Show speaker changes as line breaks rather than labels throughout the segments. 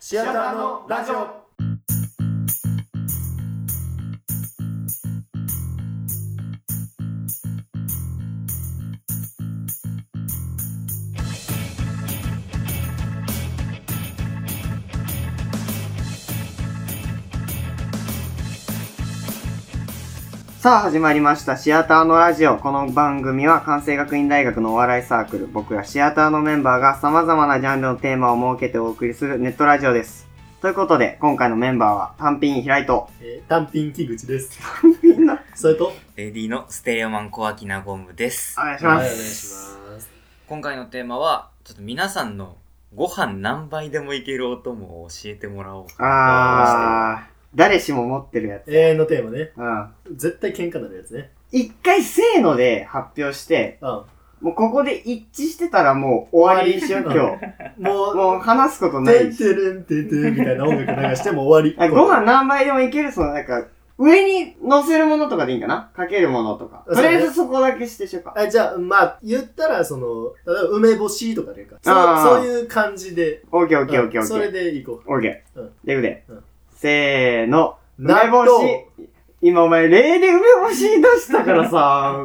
シアターのラジオ
さあ始まりましたシアターのラジオこの番組は関西学院大学のお笑いサークル僕らシアターのメンバーが様々なジャンルのテーマを設けてお送りするネットラジオですということで今回のメンバーは単品平井と
えー単品木口です。
みんな
それと、
レディのステレオマン小秋なゴムです
お。願いし
はい、お
ま
願い
す
します。
今回のテーマは、ちょっと皆さんのご飯何杯でもいけるお供を教えてもらおうか。
あー誰しも持ってるやつ
永遠のテーマね。
うん
絶対喧嘩になるやつね。
一回せーので発表して
うん。
もうここで一致してたらもう終わりにしよう
終わ
今日
もう、
もう話すことな
て
い
ん
して
れんてんてんみたいな音楽流しても終わ
あ
り。
ご飯何杯でもいけるそのなんか上に乗せるものとかでいいんかなかけるものとか。
そう
と
ね
りあえずそこだけしてしようか。
あじゃあ、まあ、言ったら、その、例えば梅干しとかでいいか。
あ
そ
ー
うそういう感じで。
オーケーオーケーオーケーオ
それ
ーケー。
でいこ
オーケ
う
ー
ん。
でくで
うん。
せーの。
う。
梅干し 今お前、例で梅干し出したか らさ、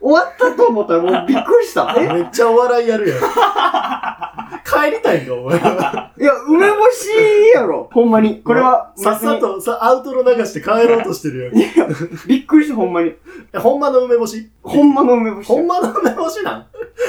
終わったと思ったらもうびっくりした。
納豆めっちゃお笑いやるやん。帰りたいんか、お前。
えいや、梅干しやろ。ほんまに。これは、
さっさと、さ、アウトロ流して帰ろうとしてる
別に。いや、びっくりした、ほんまに。
やん。ほんまの梅干し
ほんまの梅干しや。
ほんまの梅干しなん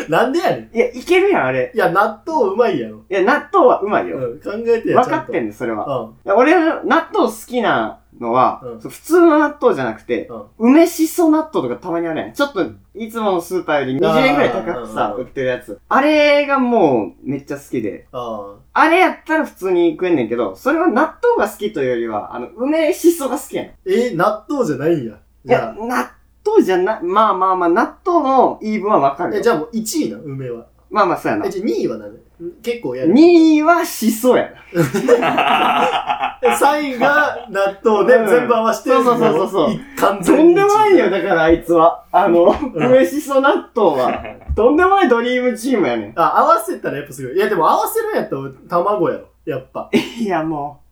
なんでやねん。
いや、いけるやん、あれ。
いや、納豆うまいやろ。
いや、納豆はうまいうよ。
ん、考えて
分
や
かってん
ん
ねん、それは。
うん。
いや俺、納豆好きなのは、
うん
そう普通の納豆じゃなくて、
うん
梅しそ納豆とかたまにあるやん。ちょっと、いつものスーパーより20円くらい高く
あー
さ
う、ん
売ってるやつ。あれがもう、めっちゃ好きで。
あ
あれやったら普通に食えんねんけど、それは納豆が好きというよりは、あの、梅しそが好きやん。い
ーえー、納豆じゃないんや。じ
や
ゃ、
納豆じゃな、まあまあまあ、納豆の言い分はわか
あ、
る
え
よ。
じゃあもう1位な、梅は。
まあまあ、そうやな
え、。じゃあ2位は何結構やる。
2位はしそやな。
え3位が納豆で
うん
全部合わせて、
そうそうそうそうそう
も一貫
と
全
んでもない
や
よ、だからあいつは。あの、
ん
梅しそ納 豆は。とんでもないドリームチームやねん。
あ、合わせたらやっぱすごい。いや、でも合わせるんやったら卵やろ。やっぱ。
いや、もう、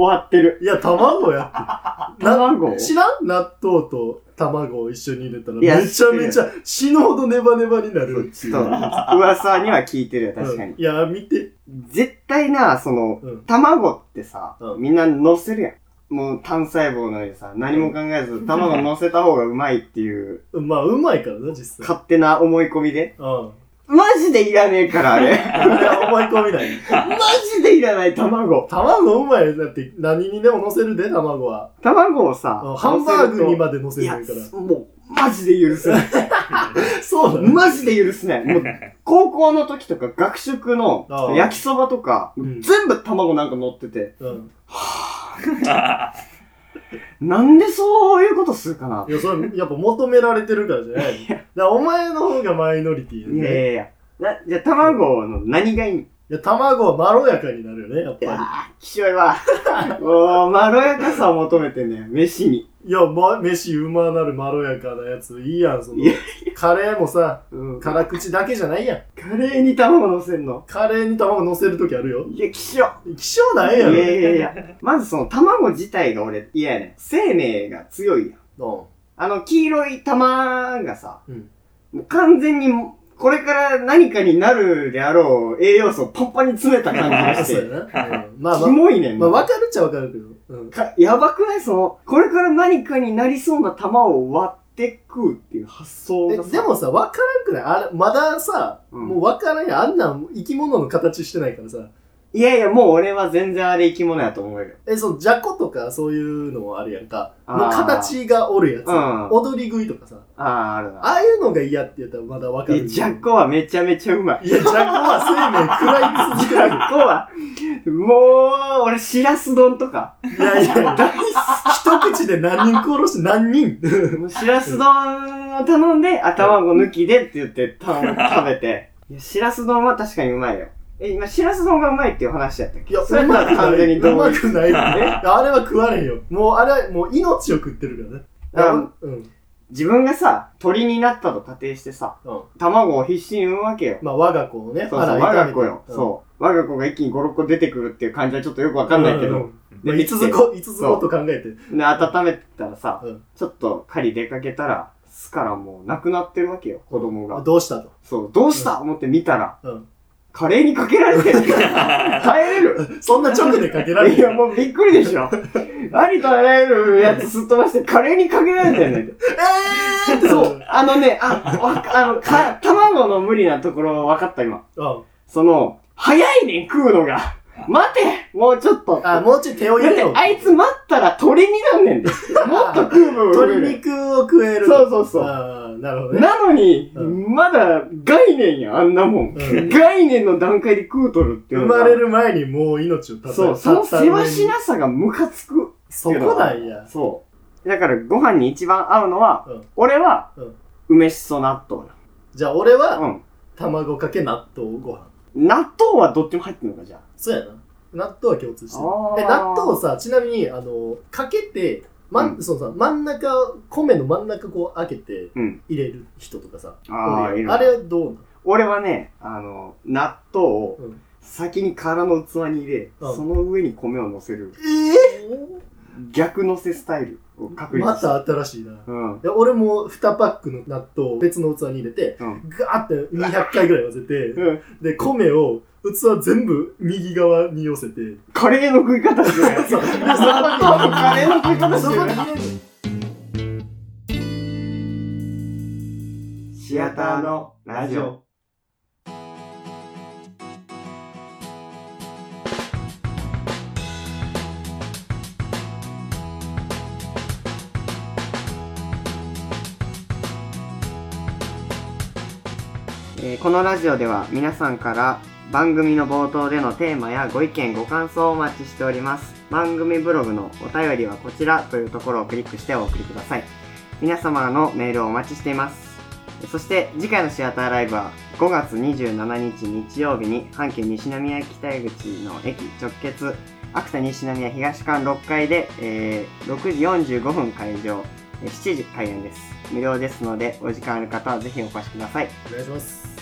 終わってる。
いや、卵やって。
卵
知らん納豆と卵を一緒に入れたら
いや
めちゃめちゃ死ぬほどネバネバになるって
ち
い
ょ
う
っと、噂には聞いてるよ、確か
う
に
ん。いや、見て。
絶対な、その、
うん。
卵ってさ
う、ん
みんな乗せるやん。もう、単細胞のようにさ、何も考えず、卵乗せた方がうまいっていう、
まあ、うまいからな、実際。
勝手な思い込みで。
うん。思
マジでいらねえから、あれ。
い込 みない。
マジでいらない、卵。
卵うまいだって何にでも乗せるで、卵は。
卵をさ
うん、ハンバーグに
乗
まで乗せ
せるといや
るか、
もう、マジで許せない。
ら。 そうなの
マジで許せない。も う、高校の時とか、学食の
あー
焼きそばとか、
うん
全部卵なんか乗ってて、
うん。
なんでそういうことするかない
や、それ、やっぱ求められてるからじゃないだから、お前の方がマイノリティ
い
や
や
ね。
いやいや。なじゃあ、卵の何がいいの
いや、卵はまろやかになるよね、やっぱ
ああ、きしょ いわ。もう、まろやかさを求めてんだよ、飯に。
り。いや、ま、飯うまなるまろやかなやつ、いいやん、その
いやい。
カレーもさ、
うん、カ
辛口だけじゃないやん。
レーに卵乗せんの。
カレーに卵乗せるときあるよ。
いや、きしょ。
希少ない
い
や
や
ろ。
いやいやいや。まずその卵自体が俺嫌やねん。生命が強いやん。
うん。
あの、黄色い玉がさ、
うん
もう完全に、これから何かになるであろう栄養素をパンパンに詰めた感じがし
そう
て。
や な。うん まあま
キモいね
あ、
ん
ま
な。
あ、わかるっちゃわかるけど。うん。
かやばくないその、これから何かになりそうな玉を割って食うっていう発想
え
がさ。
で、もさ、わからんくないあれ、まださ、
うん
もうわからんやん。あんなん生き物の形してないからさ。
いやいや、もう俺は全然あれ生き物やと思うよ。
え、その、じゃことかそういうのもあるやんか。
あー
の形がおるやつ。
うん
踊り食いとかさ。
ああ、あるな。
ああいうのが嫌って言ったらまだわか
え、
る。
ジャッコはめちゃめちゃうまい。
いや、じゃこは生命食らい
ジ
続け
ャ
る。
ッコは、もう、俺、しらす丼とか。
いやいや、一口で何人殺して何人
もうしらす丼を頼んで、あ、卵抜きでって言って、た食べて。いや、しらす丼は確かにうまいよ。え、今、しらす丼がうまいっていう話やったっけ
いや、
それ
う
と
ま
は
くな
完全
い。
に
う
同
ま
意。
く ないよね。あれは食われんよ。もう、あれはもう命を食ってるからね。
あ
うん。
自分がさ、鳥になったと仮定してさ、
うん。
卵を必死に産むわけよ。
まあ、我が子をね、
そう
あ
そう、
ら
我が子よ。
痛めて
そう。我が子が一気に5、6個出てくるっていう感じはちょっとよくわかんないけ
う
ど。
んま
で
あ、5つ子、5つ子と考えて。
で、温めたらさ、
うん
ちょっと狩り出かけたら、巣からもうなくなってるわけよ、子供が。
どうしたと。
そう、どうした、思って見たら、
うん。
カレーにかけられてる。帰れる
そんな直でかけられ
いや、
る。
もうびっくりでし ょ。ありとあらゆるやつすっ飛ばして、カレーにかけられてんねん。
えーって
そう、あのね、あ、わか、あの、か、卵の無理なところ分かった、今。
うん。
その、早いねん、食うのが。待てもうちょっと。
あ、もうちょい手を
だ
入
っ
れ
て
よう。
あいつ待ったら鳥になんねんで。もっと食う分増える
鶏肉を食える。
そうそうそう
あーなるほどね。
なのに、
う
まだ概念や、あんなもん。
うん
概念の段階で食うとるってい
生
うのが
まれる前にもう命を絶た
そう、そのせわし
い。
なさがムカつく。
そこなんや。
そう。だからご飯に一番合うのは、
うん
俺は、
うん
梅しそ納豆な
じゃあ俺は、
うん。
卵かけ納豆ご飯。
納豆はどっちも入ってるのか、じゃあ。
そうやな。納豆は共通してる
あー。
え、納豆さ、ちなみに、あの、かけて、まん、
う
そうさ、真ん中、米の真ん中こう開けて
うん。
入れる人とかさ、
あ
お
あ、い
る
る
やん
な
あれはどうなの
俺はね、あの、納豆を
うん
先に殻の器に入れ、
うん
その上に米を乗せる、逆乗せスタイルを確立
ま
した。
た新しいな。
うん。
で俺も2パックの納豆を別の器に入れて、
うん。
ガーって200回ぐらい混ぜて、
うん
で、米を器全部右側に寄せて、
カレーの食い方してない。
そう
納豆のカレーの食い方
そ
して
こ
な
に
い。
入れる
シアターのラジオ。えーこのラジオでは皆さんから番組の冒頭でのテーマやご意見ご感想をお待ちしております番組ブログのお便りはこちらというところをクリックしてお送りください皆様のメールをお待ちしていますそして次回のシアターライブは5月27日日曜日に阪急西宮北口の駅直結秋田西宮東館6階で、えー6時45分会場えー7時開演です無料ですのでお時間ある方はぜひお越しください
お願いします。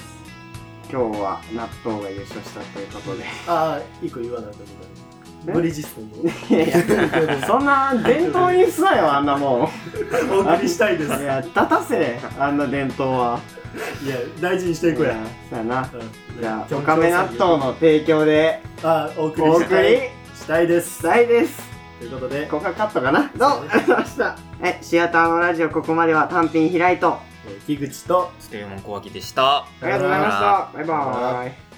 今日は納豆が優勝したというこ とで。
ああ、一個言わなかったことある。ブリヂストンの
いやい や、そんな伝統にすなよ、あんな もん。い
お送りしたいです。いや、
や、立たせ、あんな伝統は。
大事にしていこうや。
や。そうやな。
うん
じゃあ、おかめ納豆の提供で
あーお送り
お
し
送
たい
り
したいで
し
す。
たいです。
ということで、
ここはカットかなどうもありがとうございました。 え、シアターのラジオここまでは単品開いと。
えー木口と
ちょっと山小脇でした。
ありがとうございました。バイバーイ。